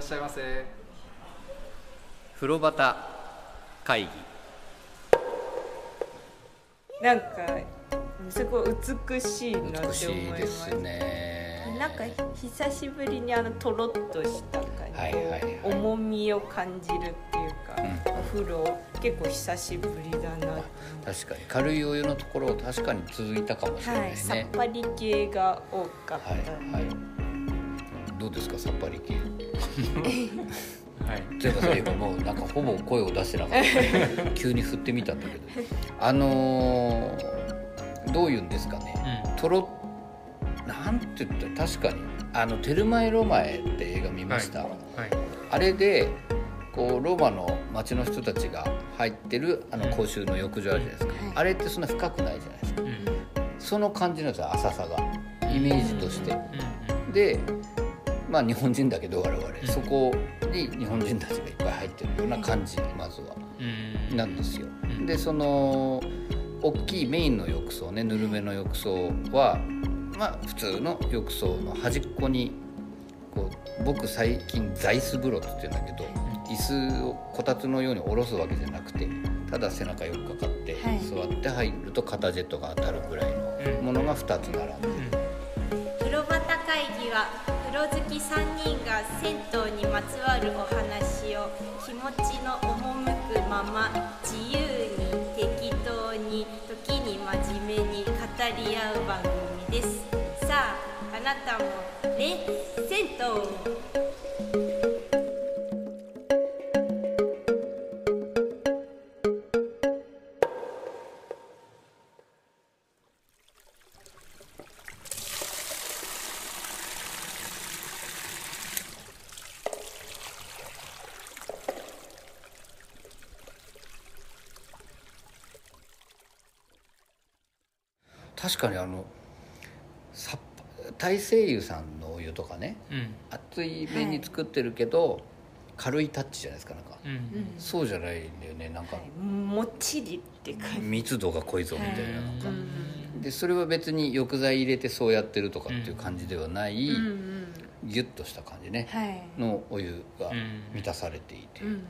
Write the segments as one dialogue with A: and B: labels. A: しゃいませ
B: 風呂端会議
C: なんかすごい美しいなって思い
B: 美
C: ます
B: しいですね
C: なんか久しぶりにあのとろっとした感じ、
B: はいはいはい
C: 重みを感じるっていうか、お風呂結構久しぶりだな
B: 確かに軽いお湯のところ確かに続いたかもしれない
C: は
B: で
C: い、
B: す
C: さっ
B: ね
C: ぱり系が多かった、
B: はいはいどうですかさっぱり系
A: はい
B: 例えばそういえばもうなんかほぼ声を出してなかった 急に振ってみたんだけどあのーどういうんですかねとろなんて言ったら確かにあの「テルマエ・ロマエ」って映画見ました、
A: はい
B: あれでこうローマの町の人たちが入ってるあの公衆の浴場あるじゃないですか、
C: はい
B: あれってそんな深くないじゃないですか
A: うんうん
B: その感じなんですよ浅さがイメージとして、
A: う
B: でまあ日本人だけど我々、
A: ん
B: そこに日本人たちがいっぱい入ってるような感じまずは
A: んうん
B: なんですよ
A: うん
B: でその大きいメインの浴槽ねぬるめの浴槽はまあ普通の浴槽の端っこにこう僕最近座椅子風呂って言ってるんだけど椅子をこたつのように下ろすわけじゃなくてただ背中よくかかって、
C: はい
B: 座って入ると肩ジェットが当たるぐらいのものが2つ並んで
D: 風呂端会議は風呂好き3人が銭湯にまつわるお話を気持ちの赴くまま自由に適当に時に真面目に語り合う番組ですさああなたもね銭湯を
B: 確かにあのさっぱ大西湯さんのお湯とかね
A: うん
B: 熱い麺に作ってるけど、軽いタッチじゃないですかなんか、
A: うんうん
C: うん
B: そうじゃないんだよねなんか、
C: はいもっちりって感じ、
B: 密度が濃いぞみたいな,、
A: はい
B: なん
C: う
B: か
C: ん
B: でそれは別に浴剤入れてそうやってるとかっていう感じではない、
C: うんうん、
B: ギュッとした感じね、
C: はい、
B: のお湯が
A: うん
B: 満たされていて、
C: うんうん、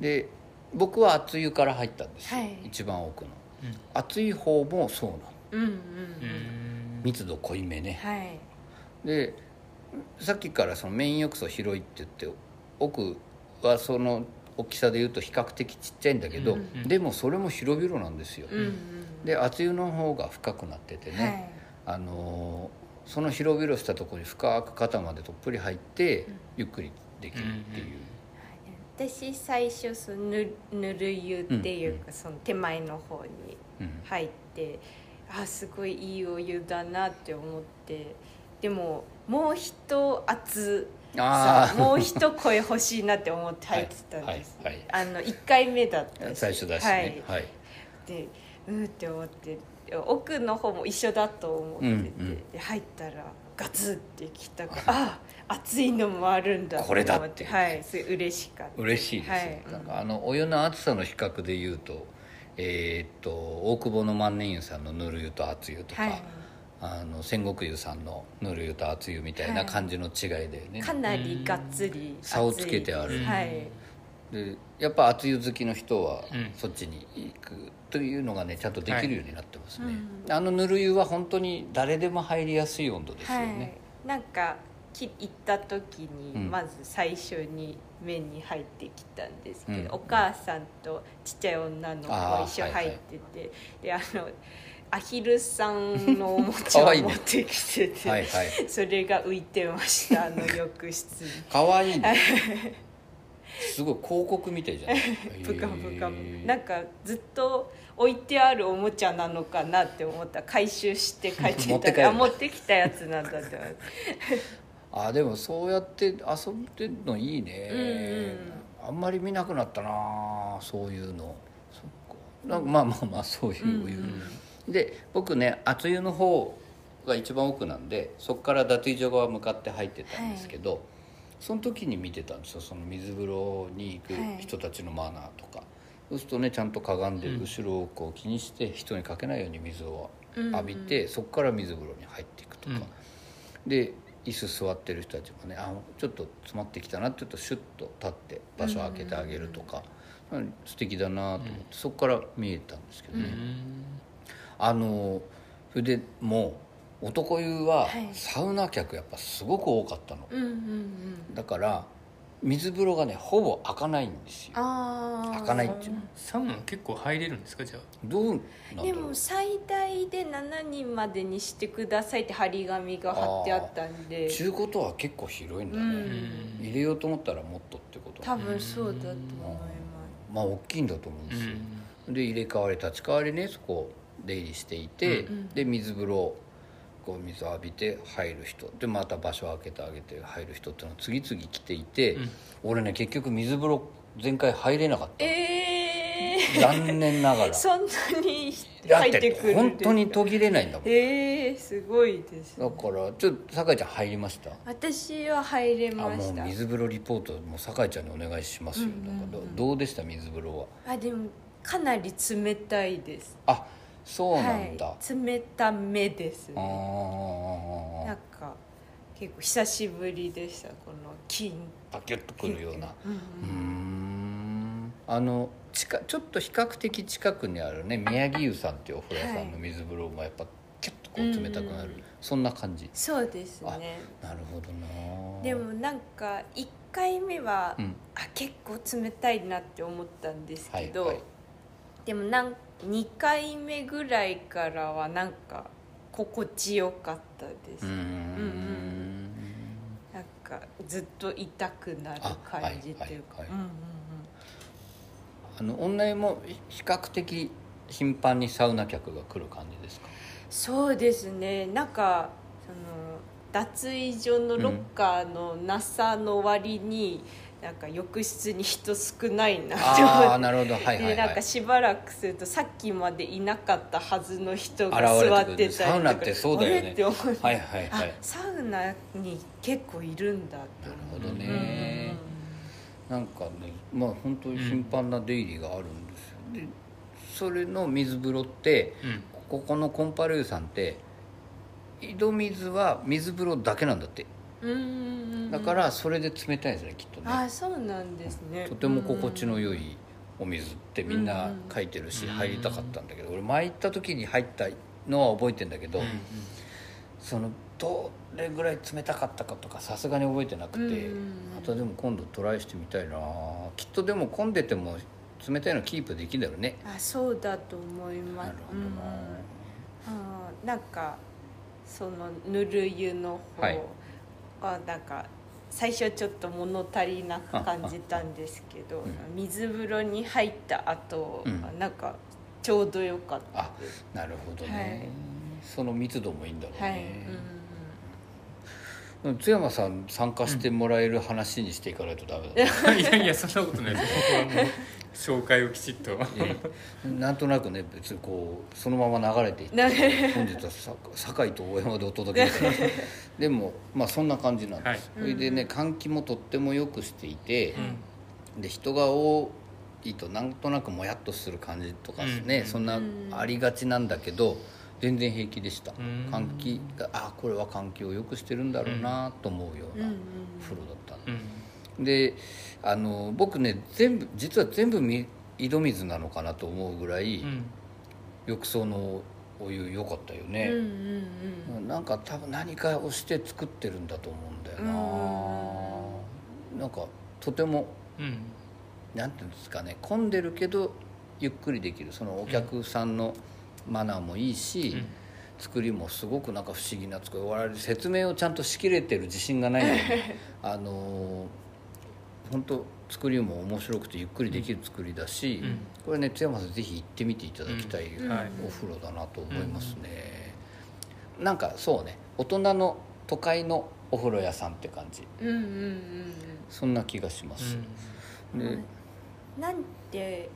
B: で僕は熱湯から入ったんですよ、
C: はい
B: 一番奥の
A: うん
B: 熱い方もそうなの
C: うんうんう
A: う
C: ん
A: ん
B: 密度濃いめね、
C: はい
B: でさっきからそのメイン浴槽広いって言って奥はその大きさで言うと比較的ちっちゃいんだけど、
C: うん
B: でもそれも広々なんですよ、
C: うんうん
B: で熱湯の方が深くなってて
C: は
B: ね、
C: い
B: あのーその広々したところに深く肩までとっぷり入ってゆっくりできるっていう、
C: 私最初そのぬぬる湯っていうか、その手前の方に
B: うん
C: 入ってあすごいいいお湯だなって思ってでももう一熱
B: あ
C: さ
B: あ
C: もう一声欲しいなって思って入ってたん
B: はい
C: です、
B: はい
C: あの1回目だった し
B: 最初だしねは
C: はい、
B: い、
C: でうーって思って奥の方も一緒だと思ってて、
B: うんうん
C: で入ったらガツってきたからああ熱いのもあるんだと思
B: これだって
C: はいそれ嬉しかった
B: 嬉しいですね、
C: はい
B: なんかあのお湯の熱さの比較で言うとえーっと大久保の万年湯さんのぬる湯と熱湯とか、
C: はい
B: あの戦国湯さんのぬる湯と熱湯みたいな感じの違いだよね、
C: かなりがっつり熱い
B: 差をつけてある
C: はい
B: でやっぱ熱湯好きの人は
A: うん
B: そっちに行くというのがねちゃんとできるようになってますね、
C: はい
B: あのぬる湯は本当に誰でも入りやすい温度ですよ
C: は
B: ね、
C: い、なんかき行った時に
B: うん
C: まず最初に目に入ってきたんですけど、
B: うん
C: お母さんとちっちゃい女の子
B: あー
C: 一緒
B: はいはい
C: 入ってて、であのアヒルさんのおもちゃ
B: かわ
C: を
B: いいね
C: 持ってきてて、
B: はいはい
C: それが浮いてました あの浴室に
B: かわいいねすごい広告みたいじゃない
C: ブカブ
B: へ
C: カ
B: ー
C: なんかずっと置いてあるおもちゃなのかなって思った回収して帰って
B: 持って
C: き
B: 帰る
C: たあ持ってきたやつなんだって思って
B: あでもそうやって遊んでるのいいね、あんまり見なくなったなそういうのそっかなんかまあまあまあそういうお湯、で僕ね熱湯の方が一番奥なんでそこから脱衣所側向かって入ってたんですけど、その時に見てたんですよその水風呂に行く人たちのマナーとか、そうするとねちゃんとかがんで
A: うん
B: 後ろをこう気にして人にかけないように水を浴びて、そこから水風呂に入っていくとか、で椅子座ってる人たちもねあちょっと詰まってきたなって言うとシュッと立って場所開けてあげるとか、うん素敵だなと思って、そこから見えたんですけどね、あのそれでもう男湯は
C: はい
B: サウナ客やっぱすごく多かったの、
C: うんうんうん
B: だから水風呂がねほぼ開かないんですよ
C: ああ
B: 開かないっていう
A: サウナ結構入れるんですかじゃあ
B: どうなんだ
C: で
B: ろう
C: も最大で7人までにしてくださいって張り紙が貼ってあったんで
B: 中古とは結構広いんだね、
C: うん
B: 入れようと思ったらもっとってこと
C: 多分そうだと思います
B: まあ大きいんだと思うん
A: う
B: ですよ、
A: ん
B: で入れ替わり立ち替わりねそこを出入りしていて、
A: うん
B: で水風呂こう水を浴びて入る人でまた場所を開けてあげて入る人っていうのは次々来ていて、
A: うん
B: 俺ね結局水風呂前回入れなかったの
C: ええ
B: 残念ながら
C: そんなに
B: だっ
C: 入ってくるんですか
B: 本当に途切れないんだもんだ
C: ええすごいですね
B: からちょっと酒井ちゃん入りました
C: 私は入れ
B: あ
C: ま
B: もう
C: したあ
B: 水風呂リポートもう酒井ちゃんにお願いしますよ、
C: うんうんうん
B: なんかどどうでした水風呂は
C: でもかなり冷たいです
B: あそうなんだ、
C: はい、冷ためです
B: あ
C: ね
B: ー
C: なんか結構久しぶりでしたこの金
B: あギュッとくるような
C: うん
B: うーんあの近ちょっと比較的近くにあるね宮城湯さんっていうお風呂屋さんの水風呂もやっぱキュッとこう冷たくなる、
C: うん
B: そんな感じ
C: そうですね
B: なるほどな
C: でもなんか1回目は、
B: うん
C: あ結構冷たいなって思ったんです
B: は
C: け
B: い
C: ど、
B: はい
C: でもなん2回目ぐらいからはなんか心地よかったです、
B: うーん
C: うんうんなんかずっと痛くなる感じっていう
B: あ
C: か
B: はいはいはい
C: うんうんうん
B: あの女湯も比較的頻繁にサウナ客が来る感じです か
C: そうですねなんかその脱衣所のロッカーのなさの割に、なんか浴室に人少ないなって思って
B: ああなるほどはいはい
C: でなん
B: は
C: か
B: い
C: しばらくするとさっきまでいなかったはずの人が
B: 現れて
C: 座
B: くる
C: ってたりとか
B: サウナってそうだよね
C: あれって思って、
B: はいはいはい
C: あサウナに結構いるんだって
B: なるほ
C: 思
B: ど
C: う
B: ね、なんかねまあ本当に頻繁な出入りがあるんですよ、でそれの水風呂って
A: うん
B: ここのコンパルーさんって井戸水は水風呂だけなんだって
C: うんうんうんうん
B: だからそれで冷たいんですねきっとね、
C: あそうなんですね
B: とても心地の良いお水ってみんな書いてるし
A: うん
B: 入りたかったんだけど俺前行った時に入ったのは覚えてんだけど、
A: うん
B: そのどれぐらい冷たかったかとかさすがに覚えてなくて、
C: うん
B: またでも今度トライしてみたいなきっとでも混んでても冷たいのキープできるだろうね
C: あそうだと思いま
B: な
C: す
B: るほどな、
C: うんうん、なんかそのぬる湯の方
B: はい
C: はなんか最初ちょっと物足りなく感じたんですけど、
B: うん
C: 水風呂に入った後、
B: うん
C: なんかちょうどよかった
B: あなるほどね、
C: はい
B: その密度もいいんだろう
C: はい、
B: ね、津山さん参加してもらえる話にしていかないとダメだね、
A: いやいやそんなことないです僕はもう紹介をきちっと
B: なんとなくね別にこうそのまま流れていって
C: 流
B: 本日はさ堺と大山でお届けしてます でもまあそんな感じなんです、
C: はい
B: それでね換気もとってもよくしていて、
A: うん
B: で人が多いとなんとなくもやっとする感じとかですね、
A: うん
B: そんな
C: うん
B: ありがちなんだけど全然平気でした、
A: ん
B: 換気があこれは換気を良くしてるんだろうなと思うよう
C: う
B: なん
C: うん
B: 風呂だったんで
A: うん
B: であの僕ね全部実は全部み井戸水なのかなと思うぐらい、
A: うん
B: 浴槽のお湯良かったよ
C: うんうんう
B: ね、
C: んうん
B: なんか多分何かをして作ってるんだと思うんだよな、なんかとても
A: うん
B: なんていうんですかね混んでるけどゆっくりできるそのお客さんのマナーもいいし、
A: うん
B: 作りもすごくなんか不思議な作り我々説明をちゃんとしきれてる自信がないので あの本当作りも面白くてゆっくりできる作りだし、
A: うん
B: これね津山さんぜひ行ってみていただきたい
A: うんはい
B: お風呂だなと思いますね、なんかそうね大人の都会のお風呂屋さんって感じ
C: うんうんうん
B: そんな気がします、で
C: うんなんて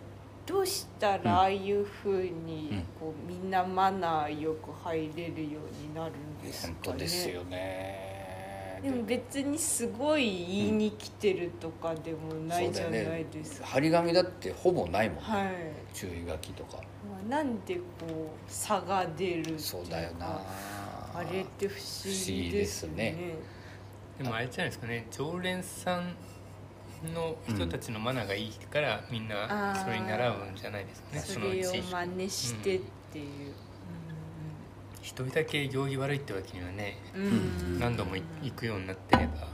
C: どうしたらああいうふうにこうみんなマナーよく入れるようになるんですか
B: 本当
C: ね
B: ですよね
C: でも別にすごい言いに来てるとかでもないじゃないですか、
B: 張り紙だってほぼないもんね、
C: はい、
B: 注意書きとか
C: まあ、なんでこう差が出るっていか
B: そうだよな
C: あれって不思議ですよね
B: 不思議ですね
A: でもあれじゃないですかね常連さんの人たちのマナーがいいから、みんなそれに習うんじゃないですかね
C: そ
A: そのう
C: れを
A: ち
C: 真似してっていう、
A: 一人だけ行儀悪いってわけにはね
C: うんうん
A: 何度もい行くようになってれば、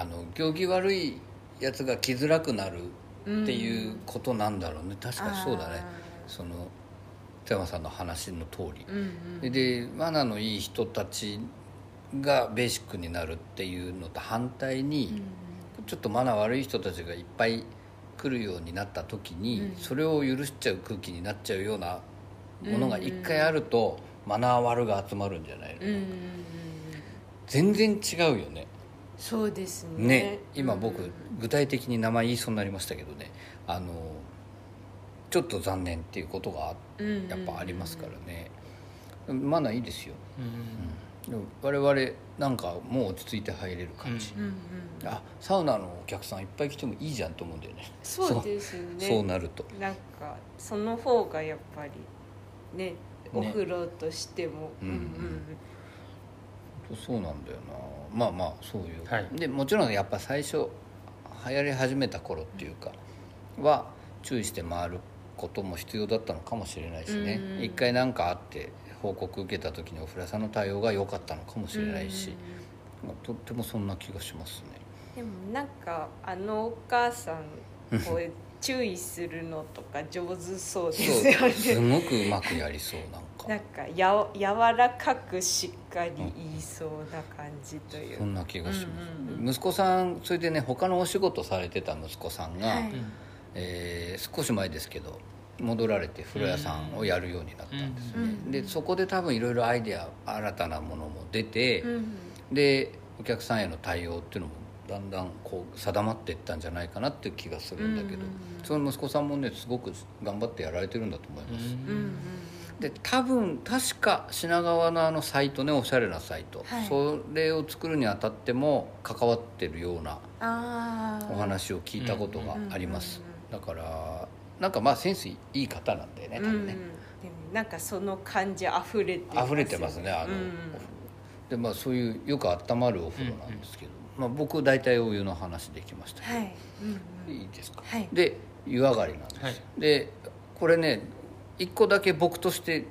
B: あの行儀悪いやつが来づらくなるっていうことなんだろうね、確かにそうだねその富山さんの話の通り
C: う、んう
B: で
C: ん
B: でマナーのいい人たちがベーシックになるっていうのと反対に、ちょっとマナー悪い人たちがいっぱい来るようになった時に、
C: うん
B: それを許しちゃう空気になっちゃうようなものが一回あると、マナー悪が集まるんじゃないの、
C: うんうんうん
B: 全然違うよね
C: そうですね
B: ね今僕、
C: うん
B: 具体的に名前言いそうになりましたけどねあのちょっと残念っていうことが
C: うん
B: やっぱありますからね、マナーいいですよ
A: うん
B: でも我々なんかもう落ち着いて入れる感じ、
C: うんうん、
B: あサウナのお客さんいっぱい来てもいいじゃんと思うんだよね
C: そうですね
B: そうなると
C: なんかその方がやっぱりねお風呂としても、
B: うん
C: うん
B: そうなんだよなまあまあそういう、
A: はい
B: でもちろんやっぱ最初流行り始めた頃っていうかは注意して回ることも必要だったのかもしれないしね
C: うんうん
B: 一回何かあって報告受けた時にお風呂屋さんの対応が良かったのかもしれないし、まあとってもそんな気がしますね
C: でもなんかあのお母さん こう注意するのとか上手そうですよ
B: そう
C: ね
B: すごくうまくやりそうなんか
C: なんかやわ柔らかくしっかり言いそうな感じという
B: そんな気がします、
C: うんうん
B: 息子さんそれでね他のお仕事されてた息子さんが、
C: はい
B: えー少し前ですけど戻られて風呂屋さんをやるようになったんですね、
C: うんうん
B: でそこで多分いろいろアイデア新たなものも出て、
C: うん
B: でお客さんへの対応っていうのもだんだんこう定まっていったんじゃないかなっていう気がするんだけど、
C: うんうんうん
B: その息子さんもねすごく頑張ってやられてるんだと思います、
C: うんうん
B: で多分確か品川のあのサイトねおしゃれなサイト、
C: はい
B: それを作るにあたっても関わってるような
C: あー
B: お話を聞いたことがあります、
C: う
B: だからなんかまあセンスいい方なんだよね多
C: うんう
B: 分
C: んで
B: ね、
C: もなんかその感じ溢れて
B: 溢れてますねあの、
C: うん
B: でまあそういうよく温まるお風呂なんですけど、まあ、僕大体お湯の話できましたけど、
C: はい、うんう
B: い
C: ん、
B: いですか、
C: はい
B: で湯上がりなんです、
A: はい
B: でこれね一個だけ僕として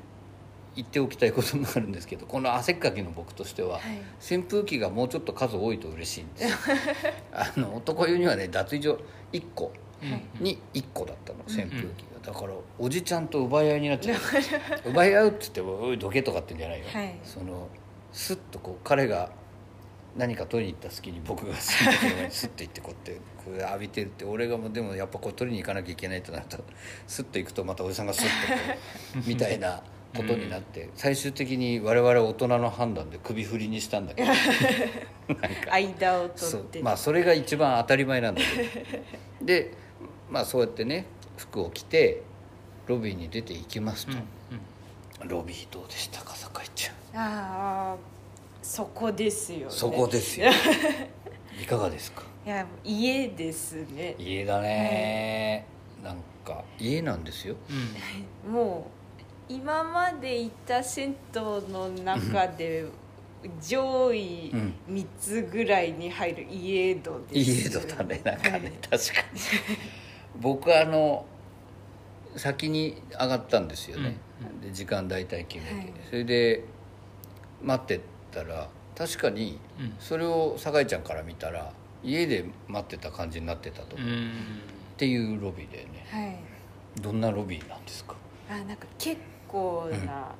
B: 言っておきたいことがあるんですけどこの汗っかきの僕としては、
C: はい
B: 扇風機がもうちょっと数多いと嬉しいん ですよあの男湯にはね脱衣所1個に1個だったの扇風機がだからおじちゃんと奪い合いになっちゃ う奪い合うっつっても「おいどけ」とかってんじゃないよ、
C: はい
B: そのスッとこう彼が何か取りに行った隙に僕がスッとこうスッと行ってこうやってこれ浴びてるって俺がもうでもやっぱこう取りに行かなきゃいけないとなるとスッと行くとまたおじさんがスッとこうみたいなことになって、最終的に我々大人の判断で首振りにしたんだけ どなんか
C: 間を取
B: そ
C: っ
B: う
C: て
B: まあそれが一番当たり前なんだけ どでまあそうやってね服を着てロビーに出て行きますと、ロビーどうでしたか酒井ちゃん
C: ああそこですよね
B: そこですよいかがですか
C: いや家ですね
B: 家だね、なんか家なんですよ
C: もう今まで行った銭湯の中で上位
B: うん
C: 3つぐらいに入る家度です
B: 家だだ ねなんかね確か に僕はあの先に上がったんですよね、で時間大体決めて、
C: はい
B: それで待ってたら確かにそれを酒井ちゃんから見たら家で待ってた感じになってたと、っ
A: う
B: ていうロビーだよね
C: はい、はい、
B: どんなロビーなんですか
C: あなんか結構な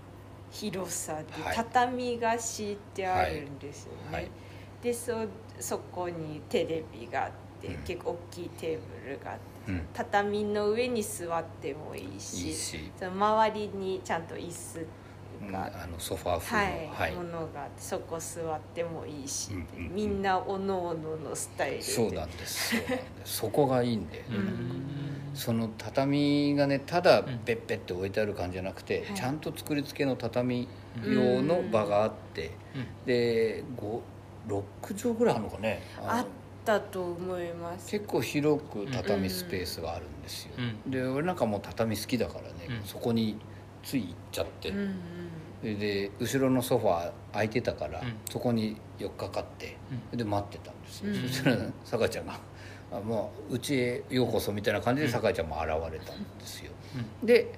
C: 広さで
B: はい
C: 畳が敷いてあるんですよね、
B: はい
C: でそそこにテレビがあって、
B: うん
C: 結構大きいテーブルがあっ
B: う
C: て、
B: ん
C: 畳の上に座ってもいいし
B: いいし、
C: その周りにちゃんと椅子
B: うん
C: が、
B: あのソファー風
C: はい
B: のはい、
C: ものがあってそこ座ってもいい
B: う
C: し、
B: んうんうん
C: みんなおのおののスタイルで
B: そうなんですそ うなんですそこがいいんで、
C: うん
B: その畳がねただペッペって置いてある感じじゃなくて、
C: はい
B: ちゃんと作り付けの畳用の場があって、で5 6畳ぐらいあるのかね
C: あ
B: あ
C: っ
B: の
C: たと思います
B: 結構広く畳スペースがあるんですよ、で俺なんかもう畳好きだからね、
A: うん
B: そこについ行っちゃって、
C: うんうん
B: それで後ろのソファー空いてたから、
A: うん
B: そこに寄っかかって
A: うん
B: それで待ってたんですよ、
C: うん
B: そしたらさかちゃんが「あもううちへようこそ」みたいな感じでさかちゃんも現れたんですよ、で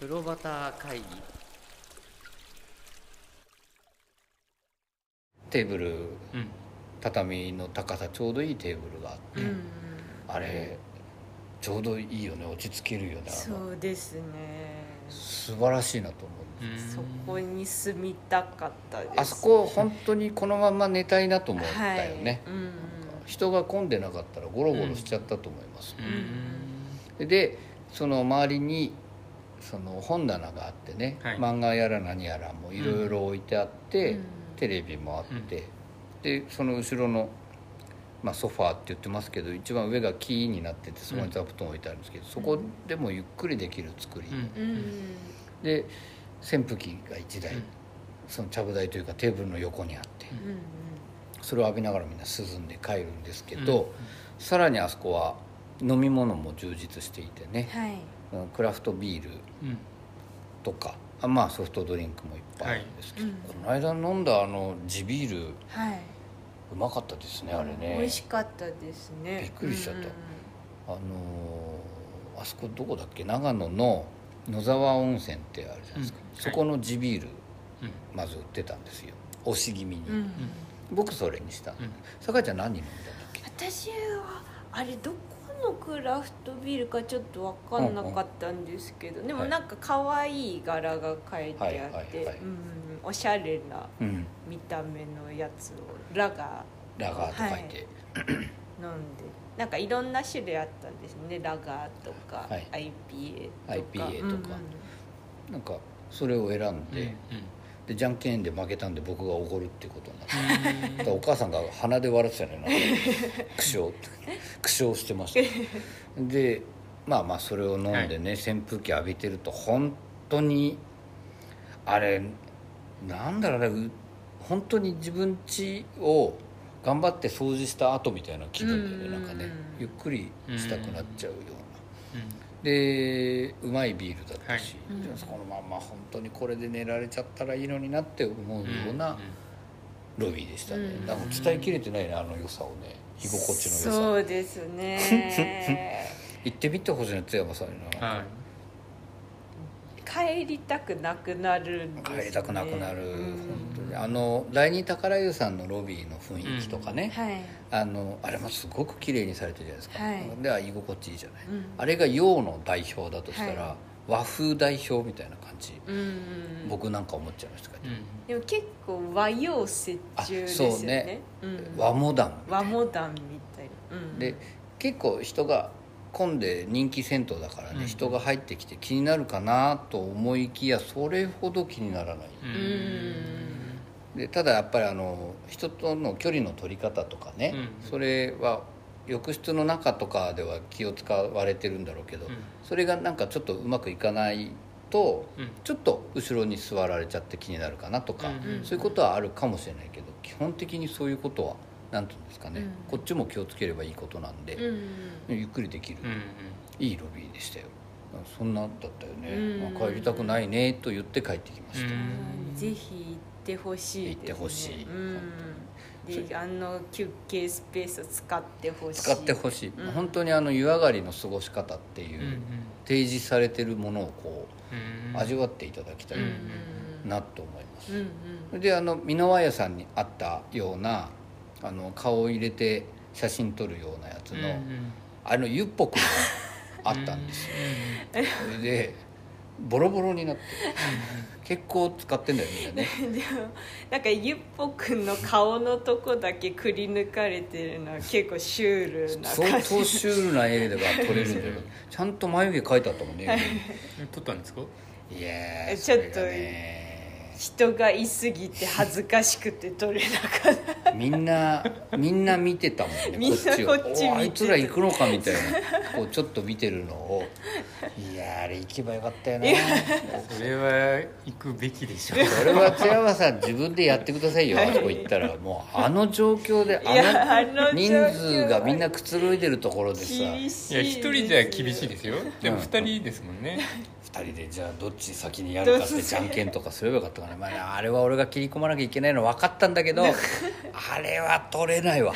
E: プロバター会議
B: テーブル
A: うん
B: 畳の高さちょうどいいテーブルがあって、
C: うん
B: あれちょうどいいよね落ち着けるよねあの
C: そうですね
B: 素晴らしいなと思う
A: うん
C: そこに住みたかったです
B: あそこ本当にこのまま寝たいなと思ったよね、
C: はいうん
B: 人が混んでなかったらゴロゴロしちゃったと思います、
A: うん
B: でその周りにその本棚があってね、
A: はい
B: 漫画やら何やらもいろいろ置いてあって、
C: うん
B: テレビもあって、でその後ろの、まあ、ソファーって言ってますけど一番上が木になっててそこに座布団置いてあるんですけど、そこでもゆっくりできる作り、
A: うん
C: うん
B: で扇風機が1台、
A: うん
B: そのちゃぶ台というかテーブルの横にあって、
C: うんうん
B: それを浴びながらみんな涼んで帰るんですけど、さらにあそこは飲み物も充実していてね、
C: はい
B: うんクラフトビール
A: うん
B: とかあまあソフトドリンクもいっぱいあるんですけど、
C: はい
B: この間飲んだあの地ビール
C: はいう
B: まかったですねあれね、
C: 美味しかったですね
B: びっくりしちゃった
C: うん
B: あのーあそこどこだっけ長野の野沢温泉ってあるじゃないですか、
A: うん
B: そこの地ビール
A: うん
B: まず売ってたんですよ押し気味に、
C: うんうん
B: 僕それにした
A: うん
B: 酒井ちゃん何飲んだんだっけ
C: 私はあれどこのクラフトビールかちょっと分かんなかったんですけど、でも
B: はい
C: なんか可愛い柄が書いてあって、
B: はいはいはい
C: うんうんおしゃれな
B: うん
C: 見た目のやつをラガ
B: ラガーと書いて、
C: ー飲んでなんかいろんな種類あったんですねラガーとか、
B: はい
C: IPA とか
B: IPA とかなんかそれを選んで、でじゃんけんで負けたんで僕がおごるってことになってだからお母さんが鼻で笑ってたのよなんか苦笑苦笑してましたでまあまあそれを飲んでね、扇風機浴びてると本当にあれなんだろうねう本当に自分家を頑張って掃除した後みたいな気分でね
C: うんうん
B: な
C: う
B: んんかねゆっくりしたくなっちゃうような
A: う
B: でうまいビールだったし、
C: はい
B: でもこのまんま本当にこれで寝られちゃったらいいのになって思うよ
A: ん
B: うなロビーでしたね、
C: うん
B: なんか伝えきれてないねあの良さをね居心地の良さ
C: そうですね
B: 行ってみてほしいな津山さんにな、
A: はい
C: 帰りたくなくなるんです、ね、
B: 帰りたくなくなる、
C: うん
B: 本当にあの第二宝湯さんのロビーの雰囲気とかね、
C: はい
B: あのあれもすごく綺麗にされてるじゃないですか、
C: はい
B: では居心地いいじゃない、
C: うん
B: あれが洋の代表だとしたら、
C: は
B: 和風代表みたいな感じ、
C: うんうんうん
B: 僕なんか思っちゃいましたけど、
A: う
C: でも結構和洋折衷です
B: あ
C: よね
B: そうね
C: うん
B: 和モダン
C: 和モダンみたいな、うん、
B: で結構人が混んで人気銭湯だからね、
A: うん
B: 人が入ってきて気になるかなと思いきやそれほど気にならない、
A: ん
C: うん
B: でただやっぱりあの人との距離の取り方とかね、
A: うん
B: それは浴室の中とかでは気を使われてるんだろうけど、
A: うん
B: それがなんかちょっとうまくいかないと、
A: うん
B: ちょっと後ろに座られちゃって気になるかなとか、
A: うん
C: うん
B: そういうことはあるかもしれないけど基本的にそういうことは何て言うんですかね、
C: うん
B: こっちも気をつければいいことなんで、
C: うん
B: ゆっくりできる、
A: うん
B: いいロビーでしたよそんなだったよね、
C: うん
B: あ帰りたくないねと言って帰ってきました、
A: うん
C: うんぜひ行ってほしいです、ね、
B: 行ってほしい
C: うん、であの休憩スペースを使ってほしい
B: 使ってほしい、
C: うん
B: 本当にあの湯上がりの過ごし方っていう、
A: うん
B: 提示されてるものをこ
A: うん
B: う味わっていただきたい
C: うん
B: なと思います、
C: うんうん
B: それであの箕輪屋さんにあったようなあの顔を入れて写真撮るようなやつの、あのゆっぽくんがあったんですよ、それでボロボロになって結構使ってんだよみんなね
C: うんで もなんかゆっぽくんの顔のとこだけくり抜かれてるのは結構シュールな
B: 相
C: 感
B: 当
C: じ
B: シュールな絵が撮れるんだけどちゃんと眉毛描いてあったもんね
A: 撮ったんですか
B: いや
C: え
B: ー
C: ちょっと
B: それがね
C: 人がいすぎて恥ずかしくて撮れなかった
B: みんなみんな見てたもんね
C: みんな
B: を
C: こっち見てた
B: おあいつら行くのかみたいなこうちょっと見てるの をいやーあれ行けばよかったよな
A: それは行くべきでしょう
B: それは津山さん自分でやってくださ いよあそこ行ったらもうあの状況で
C: いや
B: あの
C: あの
B: 人
C: 状況
B: 数がみんなくつろいでるところでさ
C: 厳しい
A: いや一人じゃ厳しいですよで
B: う
A: も
B: ん
A: 二人ですもんね
B: 二人でじゃあどっち先にやるかってじゃんけんとかすればよかったかな、まあ、あれは俺が切り込まなきゃいけないの分かったんだけどあれは取れないわ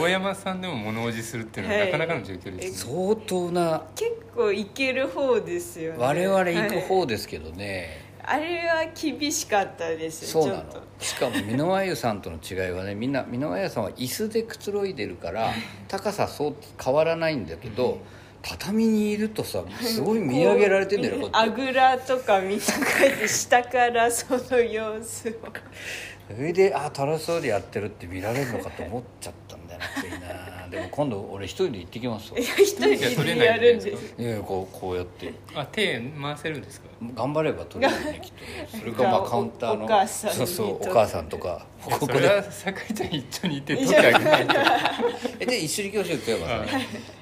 A: 大山さんでも物おじするっていうのはなかなかの状況ですね
B: 相当な
C: 結構いける方ですよね
B: 我々行く
C: はい
B: 方ですけどね、
C: あれは厳しかったです
B: そうな
C: ちょっ
B: の
C: と
B: しかも美濃和湯さんとの違いはねみんな美濃和湯さんは椅子でくつろいでるから高さそう変わらないんだけど畳にいるとさすごい見上げられてんだよねこ
C: こう
B: っち
C: あぐらとか見たかいて下からその様子を
B: それであ楽しそうでやってるって見られるのかと思っちゃったんだよなついなでも今度俺一人で行ってきますわ
C: いや一人でやるんです
B: いやいやこうこうやって
A: あ手回せるんですか
B: 頑張れば取れるよ ねきっとねそれかまあカウンターの
C: お母さんに
B: そうそうお母さんとか
A: いや
B: こ
A: そ
B: こ
A: れは
B: で
A: 酒井ちゃん一緒にいて取ってあげないと
B: えで一緒に教室行けばさ、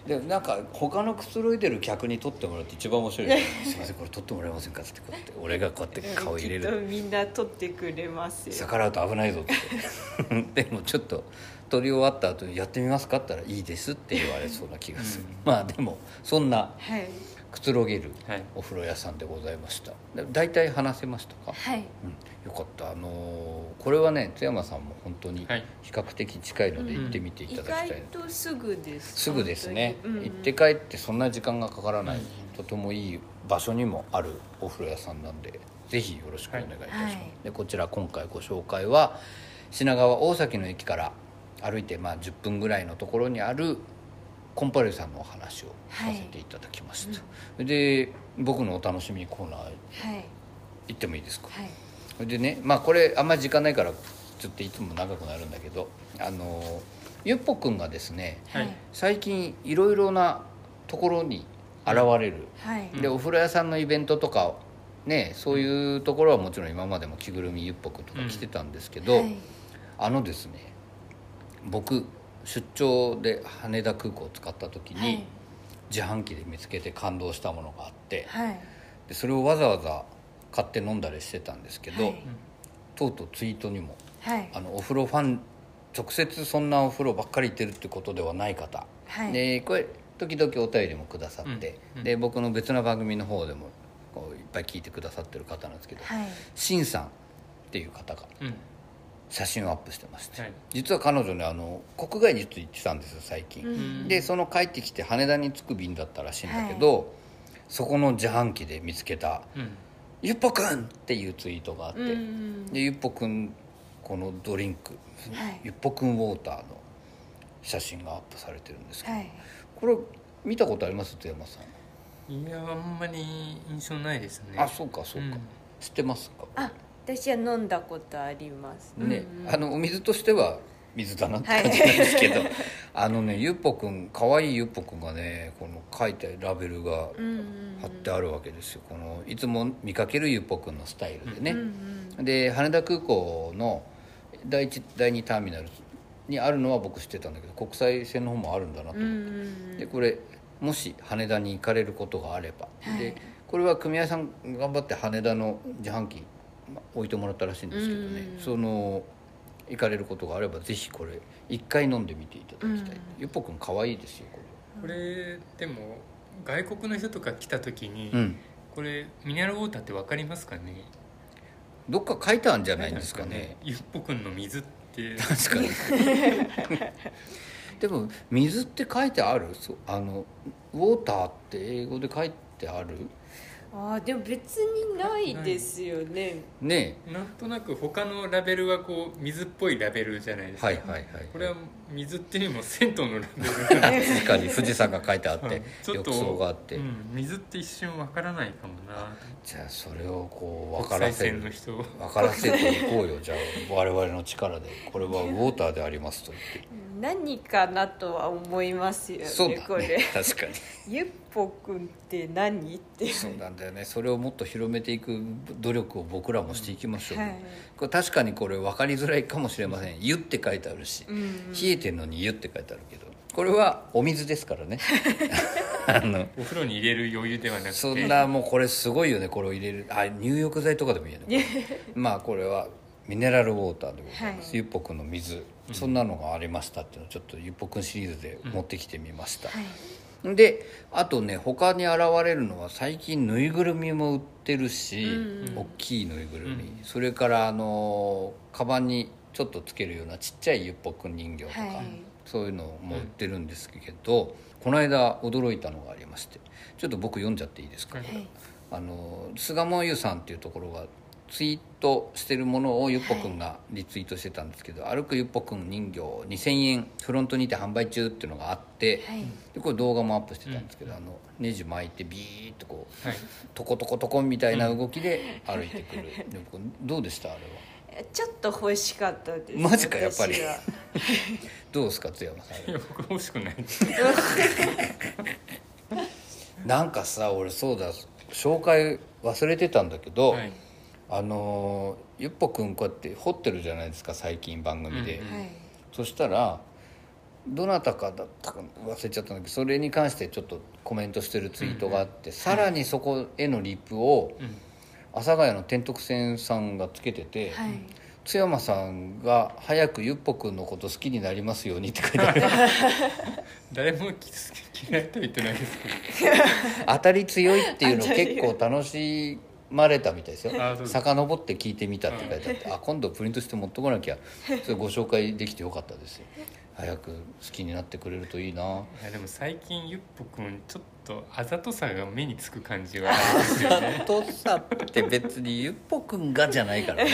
B: でなんか他のくつろいでる客に取ってもらって一番面白いよねすいませんこれ取ってもらえませんか?」ってこうやって俺がこうやって顔入れ
C: きっと
B: る
C: みんな撮ってくれますよ
B: 逆らうと危ないぞって でもちょっと取り終わった後にやってみますか?」って言ったら「いいです」って言われそうな気がする、まあでもそんな
C: はい
B: くつろげる
A: はい
B: お風呂屋さんでございましたで大体話せましたか
C: はい
B: うん、よかったあのーこれはね津山さんも本当に
A: はい
B: 比較的近いので行ってみてい
C: 意
B: ただきたい、
C: 外とすぐです
B: すぐですね、
C: 本当に
B: 行って帰ってそんな時間がかからない、とてもいい場所にもあるお風呂屋さんなんでぜひよろしくお願いいたします、
C: はいはい
B: でこちら今回ご紹介は品川大崎の駅から歩いてまあ10分ぐらいのところにあるコンパルさんのお話をさせていただきました、で僕のお楽しみコーナー
C: はい
B: 行ってもいいですか
C: はい
B: それでねまあこれあんまり時間ないからちょっといつも長くなるんだけどあのゆっぽくんがですね
A: はい
B: 最近いろいろなところに現れる、
C: はい
B: でお風呂屋さんのイベントとかねそういうところはもちろん今までも着ぐるみゆっぽくんとか来てたんですけど、
C: はい
B: あのですね僕出張で羽田空港を使った時に、
C: はい
B: 自販機で見つけて感動したものがあって、
C: はい
B: でそれをわざわざ買って飲んだりしてたんですけど、
C: はい
B: とうとうツイートにも
C: はい
B: あのお風呂ファン直接そんなお風呂ばっかり行ってるってことではない方、
C: はい
B: でこれ時々お便りもくださって、
A: うんうん
B: で僕の別の番組の方でもこういっぱい聞いてくださってる方なんですけど、
C: はい
B: しんさんっていう方が
A: うん
B: 写真をアップしてまして、
A: はい
B: 実は彼女ねあの国外に行ってたんですよ最近、
A: ん
B: でその帰ってきて羽田に着く便だったらしいんだけど、そこの自販機で見つけた
A: うん
B: 「ゆっぽくん!」っていうツイートがあって、
C: うん
B: でゆっぽくんこのドリンク、
C: はい
B: ゆっぽくんウォーターの写真がアップされてるんですけど、
C: はい
B: これ見たことあります津山さん、
A: いやあんまり印象ないですね
B: あそうかそうか、
A: うん
B: 知ってますか
C: あ私は飲んだことあります
B: ね
C: うん、
B: あのお水としては水だなって感じなんですけど、 あのねゆっぽくんかわいいゆっぽくんがねこの書いてラベルが
C: うん
B: 貼ってあるわけですよこのいつも見かけるゆっぽくんのスタイルでね、
C: うんうん
B: で羽田空港の第一第二ターミナルにあるのは僕知ってたんだけど国際線の方もあるんだなと
C: うんう
B: 思って、
C: ん
B: でこれもし羽田に行かれることがあれば、
C: はい
B: でこれは組合さん頑張って羽田の自販機ま置いてもらったらしいんですけどね、
C: うん
B: その行かれることがあればぜひこれ一回飲んでみていただきたい、
C: うん
B: ゆっぽくん可愛いですよこ
A: これでも外国の人とか来た時に、
B: れ、うん、
A: これミネラルウォーターってわかりますかね
B: どっか書いたんじゃないんですかね
A: ゆっぽくんの水って
B: 確かに でも「水」って書いてあるそうあの「ウォーター」って英語で書いてある
C: あーでも別にないですよね
B: ね
A: なんとなく他のラベルはこう水っぽいラベルじゃないで
B: え
A: すか、
B: はいはいはい
A: これは水っていうよりも銭湯のラベル
B: 確かに富士山が書いてあっ
A: は
B: て
A: い
B: 浴槽があって、
A: うん、水って一瞬わからないかもな
B: じゃあそれをこう分か
A: 国
B: ら
A: 際
B: せ
A: 線の
B: る
A: 人を
B: 分からせていこうよじゃあ我々の力でこれはウォーターでありますと言って
C: 何かなとは思いますよね
B: そうだ
C: こ
B: ね
C: れ
B: 確かに
C: ゆっぽくんって何っていう
B: そうなんだよねそれをもっと広めていく努力を僕らもしていきましょう、
C: はい
B: これ確かにこれ分かりづらいかもしれません「湯」って書いてあるし、
C: ん
B: 冷えてるのに「湯」って書いてあるけどこれはお水ですから ねあの
A: お風呂に入れる余裕ではなくて
B: そんなもうこれすごいよねこれを入れるあ入浴剤とかでもいいよね まあこれはミネラルウォーターでございます、
C: はい
B: ゆっぽくんの水、そんなのがありましたっていうのをちょっとゆっぽくんシリーズで持ってきてみました、であとね他に現れるのは最近ぬいぐるみも売ってるし、大きいぬいぐるみ、
A: うん
B: それからあのーカバンにちょっとつけるようなちっちゃいゆっぽくん人形とか、
C: はい
B: そういうのも売ってるんですけど、この間驚いたのがありましてちょっと僕読んじゃっていいですか、
A: はい
B: あの菅もゆさんっていうところがツイートしてるものをゆっぽくんがリツイートしてたんですけど「歩くゆっぽくん人形2000円フロントにて販売中」っていうのがあって、
C: はい
B: でこれ動画もアップしてたんですけど、あのネジ巻いてビーッとこう、
A: はい
B: トコトコトコンみたいな動きで歩いて くる、ゆっぽくんどうでしたあれは
C: ちょっと欲しかったです
B: マジかやっぱり
C: 私は
B: どうですか津山さんあれ
A: いや僕 欲しくない
B: なんかさ俺そうだ紹介忘れてたんだけど、
A: はい
B: あのーゆっぽくんこうやって掘ってるじゃないですか最近番組で、
A: うんうん
C: はい
B: そしたらどなたかだったか忘れちゃったんだけどそれに関してちょっとコメントしてるツイートがあって、さらにそこへのリプを
A: うん
B: 阿佐ヶ谷の天徳線さんがつけてて、
C: はい
B: 津山さんが「早くゆっぽくんのこと好きになりますように」って書いてあ る
A: 誰も嫌いとは言ってないですけど
B: 当たり強いっていうのを結構楽しまれたみたいですよ
A: あそうです
B: 遡って聞いてみたって書いてあってあ今度プリントして持ってこなきゃそれご紹介できてよかったですよ早く好きになってくれるといいない
A: やでも最近ゆっぽくんちょっとあざとさが目につく感じはあり ますよね
B: とさって別にゆっぽくんがじゃないからね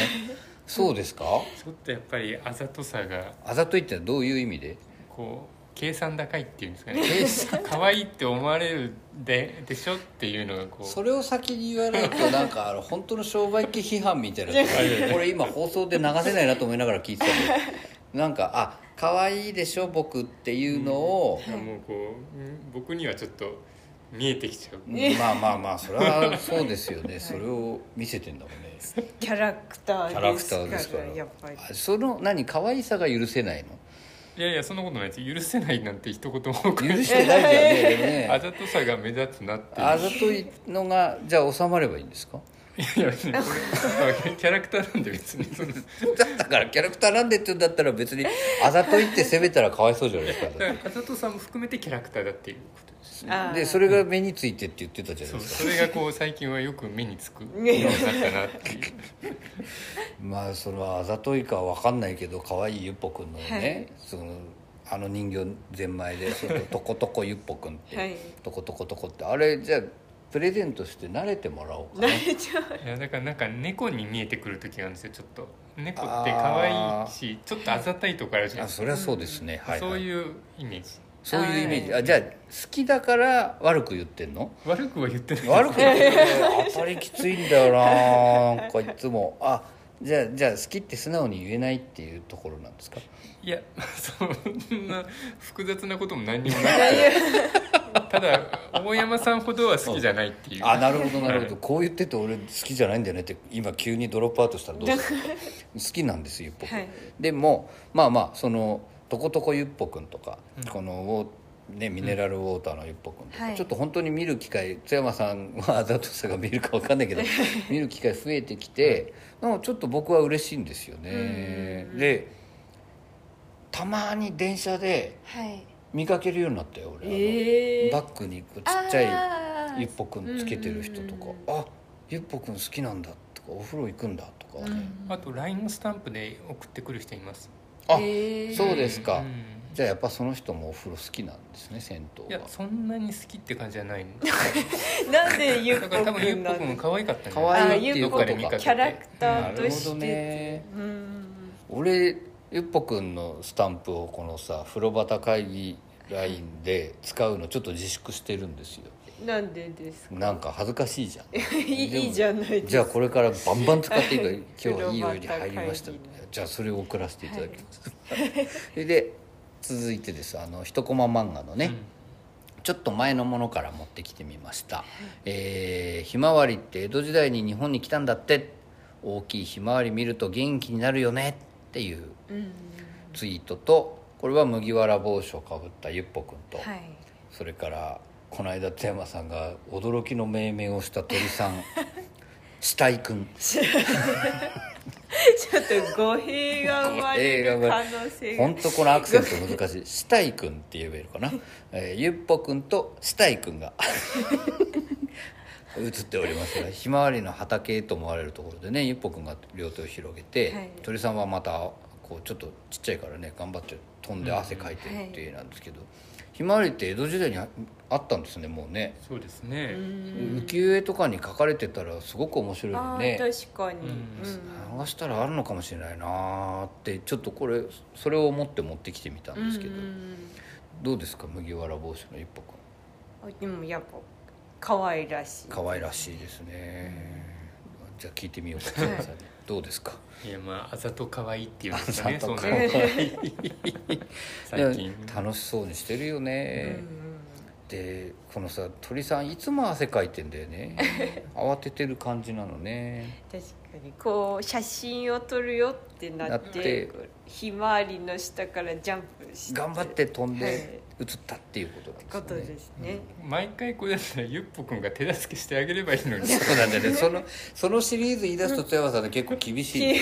B: そうですか
A: ちょっとやっぱりあざとさが
B: あざといってのはどういう意味 で
A: こう計算高いっていうんです かね
B: 計算
A: 可愛いって思われるででしょっていうのがこ
B: そうれを先に言わないとなんかあの本当の商売機批判み たいなとここれ今放送で流せないなと思いながら聞いてたんでなんか「あ可愛いでしょ僕」っていうのを、
A: もうこううん僕にはちょっと見えてきちゃう
B: まあまあまあそれはそうですよねそれを見せてんだもんね
C: キャラクタ
B: キャラ
C: ーで
B: ク
C: す
B: タ
C: から
B: ーですから
C: やっぱり
B: あその何可愛さが許せないの
A: いやいやそんなことないです許せないなんて一言も僕
B: 許してないじゃんね でも
A: あ
B: ね
A: ざとさが目立つなっていう
B: あざといのがじゃあ収まればいいんですか
A: いや別にこれキャラクターなんで別にその
B: だからキャラクターなんでって言うんだったら別にあざといって責めたらかわいそうじゃないですかだっ
A: あざとさも含めてキャラクターだっていうことです
B: てでそれが目についてって言ってたじゃない
A: そう
B: ですか
A: それがこう最近はよく目につく ようになったなっていう
B: まあそのあざといかは分かんないけど可愛いゆっぽくんのね、
C: はい
B: そのあの人形ゼンマイでそのとことこゆっぽくんって、
C: はい
B: とことことこってあれじゃあプレゼントして慣れてもらおうかな
A: はいやだからなんか猫に見えてくる時があるんですよちょっと猫って可愛いしちょっとあざたいとこあるじゃない
B: あ
A: です
B: それはそうですね、
A: か
B: はい、
A: そう
B: う
A: いうイメージ
B: そういうイメージあじゃあ好きだから悪く言ってんの
A: 悪くは言ってない
B: 悪く言ってね当たりきついんだよななんかいつもあじゃあじゃあ好きって素直に言えないっていうところなんですか
A: いやそんな複雑なことも何にもなくてただ大山さんほどは好きじゃないっていう
B: あなるほどなるほど
A: は
B: こう言ってて俺好きじゃないんだよねって今急にドロップアウトしたらどうするか好きなんですゆっぽくん、
C: はい
B: でもまあまあそのとことこゆっぽくんとか、このウォーね、ミネラルウォーターのゆっぽくんとか、
C: はい
B: ちょっと本当に見る機会津山さんはあざとさが見るか分かんないけど見る機会増えてきて、なんかちょっと僕は嬉しいんですよね、でたまに電車で
C: はい
B: 見かけるようになったよ俺、あの
C: ええ
B: バッグにこうちっちゃい
C: あー
B: ゆっぽくんつけてる人とか「あゆっぽくん好きなんだ」とか「お風呂行くんだ」とか、
A: あと LINE のスタンプで送ってくる人います
B: あ、
C: えー
B: そうですか、
A: うん
B: じゃあやっぱその人もお風呂好きなんですね銭
A: い
B: 湯
A: や
B: は
A: そんなに好きって感じじゃないの
C: なんでゆっ
A: だ
C: ぽ
A: から多分ゆ
C: く
A: っ
C: ん
A: ぽ
C: な
A: くん
C: ん
A: 可愛かったんじゃ
B: 可
A: ない
B: 愛
C: あ
B: いっていう
C: ゆっ
B: こ
C: ぽ
B: と
C: く
B: か
C: んキャラクタ
B: な
C: ー
B: る
C: と
B: ほど
C: して
B: ね
C: うん
B: 俺ゆっぽくんのスタンプをこのさ風呂端会議ラインで使うのちょっと自粛してるんですよ
C: なんでですか
B: なんか恥ずかしいじゃん
C: いいいいじゃないですか
B: じゃあこれからバンバン使っていいから今日はいいお湯に
C: 風呂
B: 入
C: 端
B: りました
C: 会議の
B: じゃあそれを送らせていただきます、それで続いてですあの一コマ漫画のね、ちょっと前のものから持ってきてみました「えーひまわりって江戸時代に日本に来たんだって大きいひまわり見ると元気になるよね」っていう
C: うん
B: ツイートとこれは麦わら帽子をかぶったゆっぽくんと、
C: はい
B: それからこの間津山さんが驚きの命名をした鳥さ ん死体くん
C: ちょっと語弊が生まれる可能性が
B: 本当このアクセント難しい死体くんって言えばいいのかな、えー、ゆっぽくんと死体くんが 映っておりますがひまわりの畑と思われるところでねゆっぽくんが両手を広げて、
C: はい
B: 鳥さんはまたこうちょっとちっちゃいからね頑張って飛んで汗かいてるっていう絵なんですけど、ひまわりって江戸時代にああったんですねもうね
A: そうですね、
B: 浮世絵とかに描かれてたらすごく面白い
C: あ
B: よ
C: あ
B: ね
C: 確かに、うん
B: 探したらあるのかもしれないなーってちょっとこれそれを思って持ってきてみたんですけど、
C: うんうん
B: どうですか麦わら帽子の一歩くん
C: あでもやっぱ可愛らしい
B: 可愛らしいですね、じゃあ聞いてみようか
C: はい
B: さんにどうですか
A: いやまああざと可愛いっていうんですかね
B: あざと可
A: そうな
B: 愛
A: る
B: い
A: と最近
B: でも楽しそうにしてるよ
C: うんう
B: ね、
C: ん
B: でこのさ鳥さんいつも汗かいてんだよ ね慌ててる感じなのね
C: 確かにこう写真を撮るよってなっ
B: なってて
C: こうひまわりの下からジャンプして
B: 頑張って飛んで映ったっていうことなんです
C: こ
B: よ
C: と
B: ね
C: ですね、
A: 毎回こうやったらゆっぽくんが手助けしてあげればいいのに
B: そうなんだよね そのそのシリーズ言い出すと津山さんって結構厳しい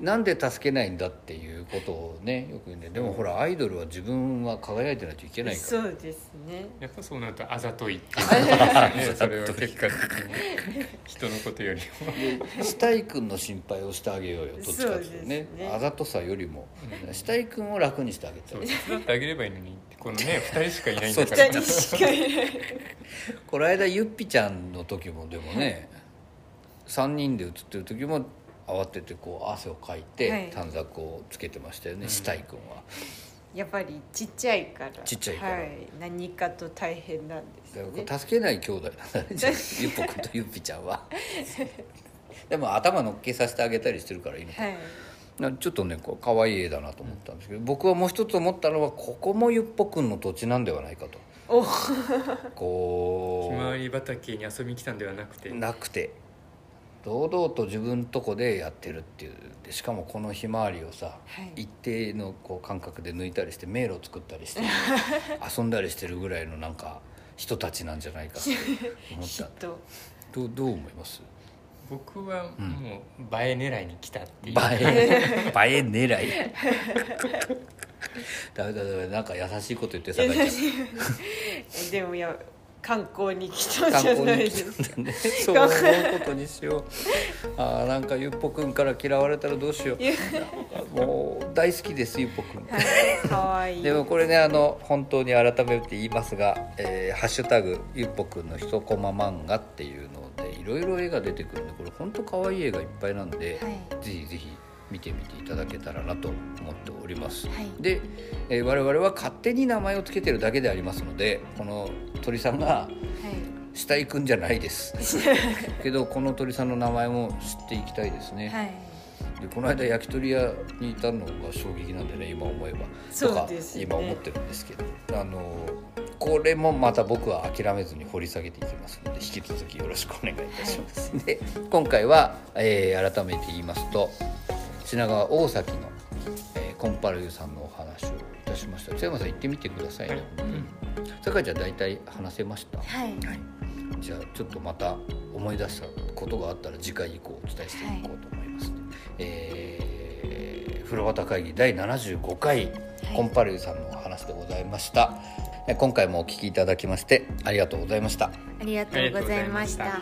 B: なんで助けないんだっていうことをねよく言うんだよでもほらアイドルは自分は輝いてないといけないから
C: そうですね
A: やっぱそうなるとあざといっていうことですよねそれは結果的に人のことより も
B: 死体君の心配をしてあげようよどっちかっていうとね
C: そうですね
B: あざとさよりも死体君を楽にしてあげ
A: そ
B: た
A: う
B: い
A: 手伝ってあげればいいのにってこのね2人しかいないんだから
C: 二人しかいない
B: この間ゆっぴちゃんの時もでもね3人で写ってる時も慌ててこう汗をかい
C: はい
B: て短冊をつけてましたよね、死体君は。
C: やっぱりちっちゃいから
B: ちっちゃいから
C: はい、何かと大変なんです
B: だ
C: ね
B: から助けない兄弟なんだね じゃあゆっぽくんとゆっぴちゃんはでも頭乗っけさせてあげたりしてるからいいのか
C: はい
B: なちょっとねこう可愛い絵だなと思ったんですけど僕はもう一つ思ったのはここもゆっぽくんの土地なんではないかと
C: お
A: ひ
B: こ
A: まわり畑に遊びに来たんではなくて
B: うなくて堂々と自分とこでやってるっていうでしかもこのひまわりをさ、
C: はい
B: 一定のこう間隔で抜いたりして迷路を作ったりして遊んだりしてるぐらいのなんか人たちなんじゃないかって思っ
C: き
B: た
C: っと
B: どうどう思います
A: 僕は
B: ん
A: もう映え狙いに来たっていう
B: 映え 映え狙いダメだダメだなんか優しいこと言ってさかちゃん
C: えでもや観光に来た
B: 観
C: じゃ
B: 光
C: ない
B: に来
C: ですか
B: たんだねそう思うことにしようあーなんかゆっぽくんから嫌われたらどうしようもう大好きですゆっぽくん
C: はい可愛い
B: でもこれねあの本当に改めて言いますが「えーハッシュタグゆっぽくんの一コマ漫画」っていうのでいろいろ絵が出てくるんでこれ本当可愛い絵がいっぱいなんで、ぜひぜひ見てみていただけたらなと思っております。で、えー我々は勝手に名前をつけてるだけでありますのでこの鳥さんが「死体くん」じゃない です。けどこの鳥さんの名前も知っていきたいですね。
C: はい
B: でこの間焼き鳥屋にいたのが衝撃なんでね今思えば
C: そうですね
B: とか今思ってるんですけどあのこれもまた僕は諦めずに掘り下げていきますので引き続きよろしくお願いいたします、で今回は、えー改めて言いますと品川大崎の、えーコンパルユさんのお話をいたしました津山さん行ってみてくださいね、
A: はい
B: 坂井ちゃん大体話せました
D: はい
B: はい、じゃあちょっとまた思い出したことがあったら次回以降お伝えしていこうと思います、えー、風呂旗会議第75回、コンパルユさんのお話でございましたえ今回もお聞きいただきましてありがとうございました
D: ありがとうございました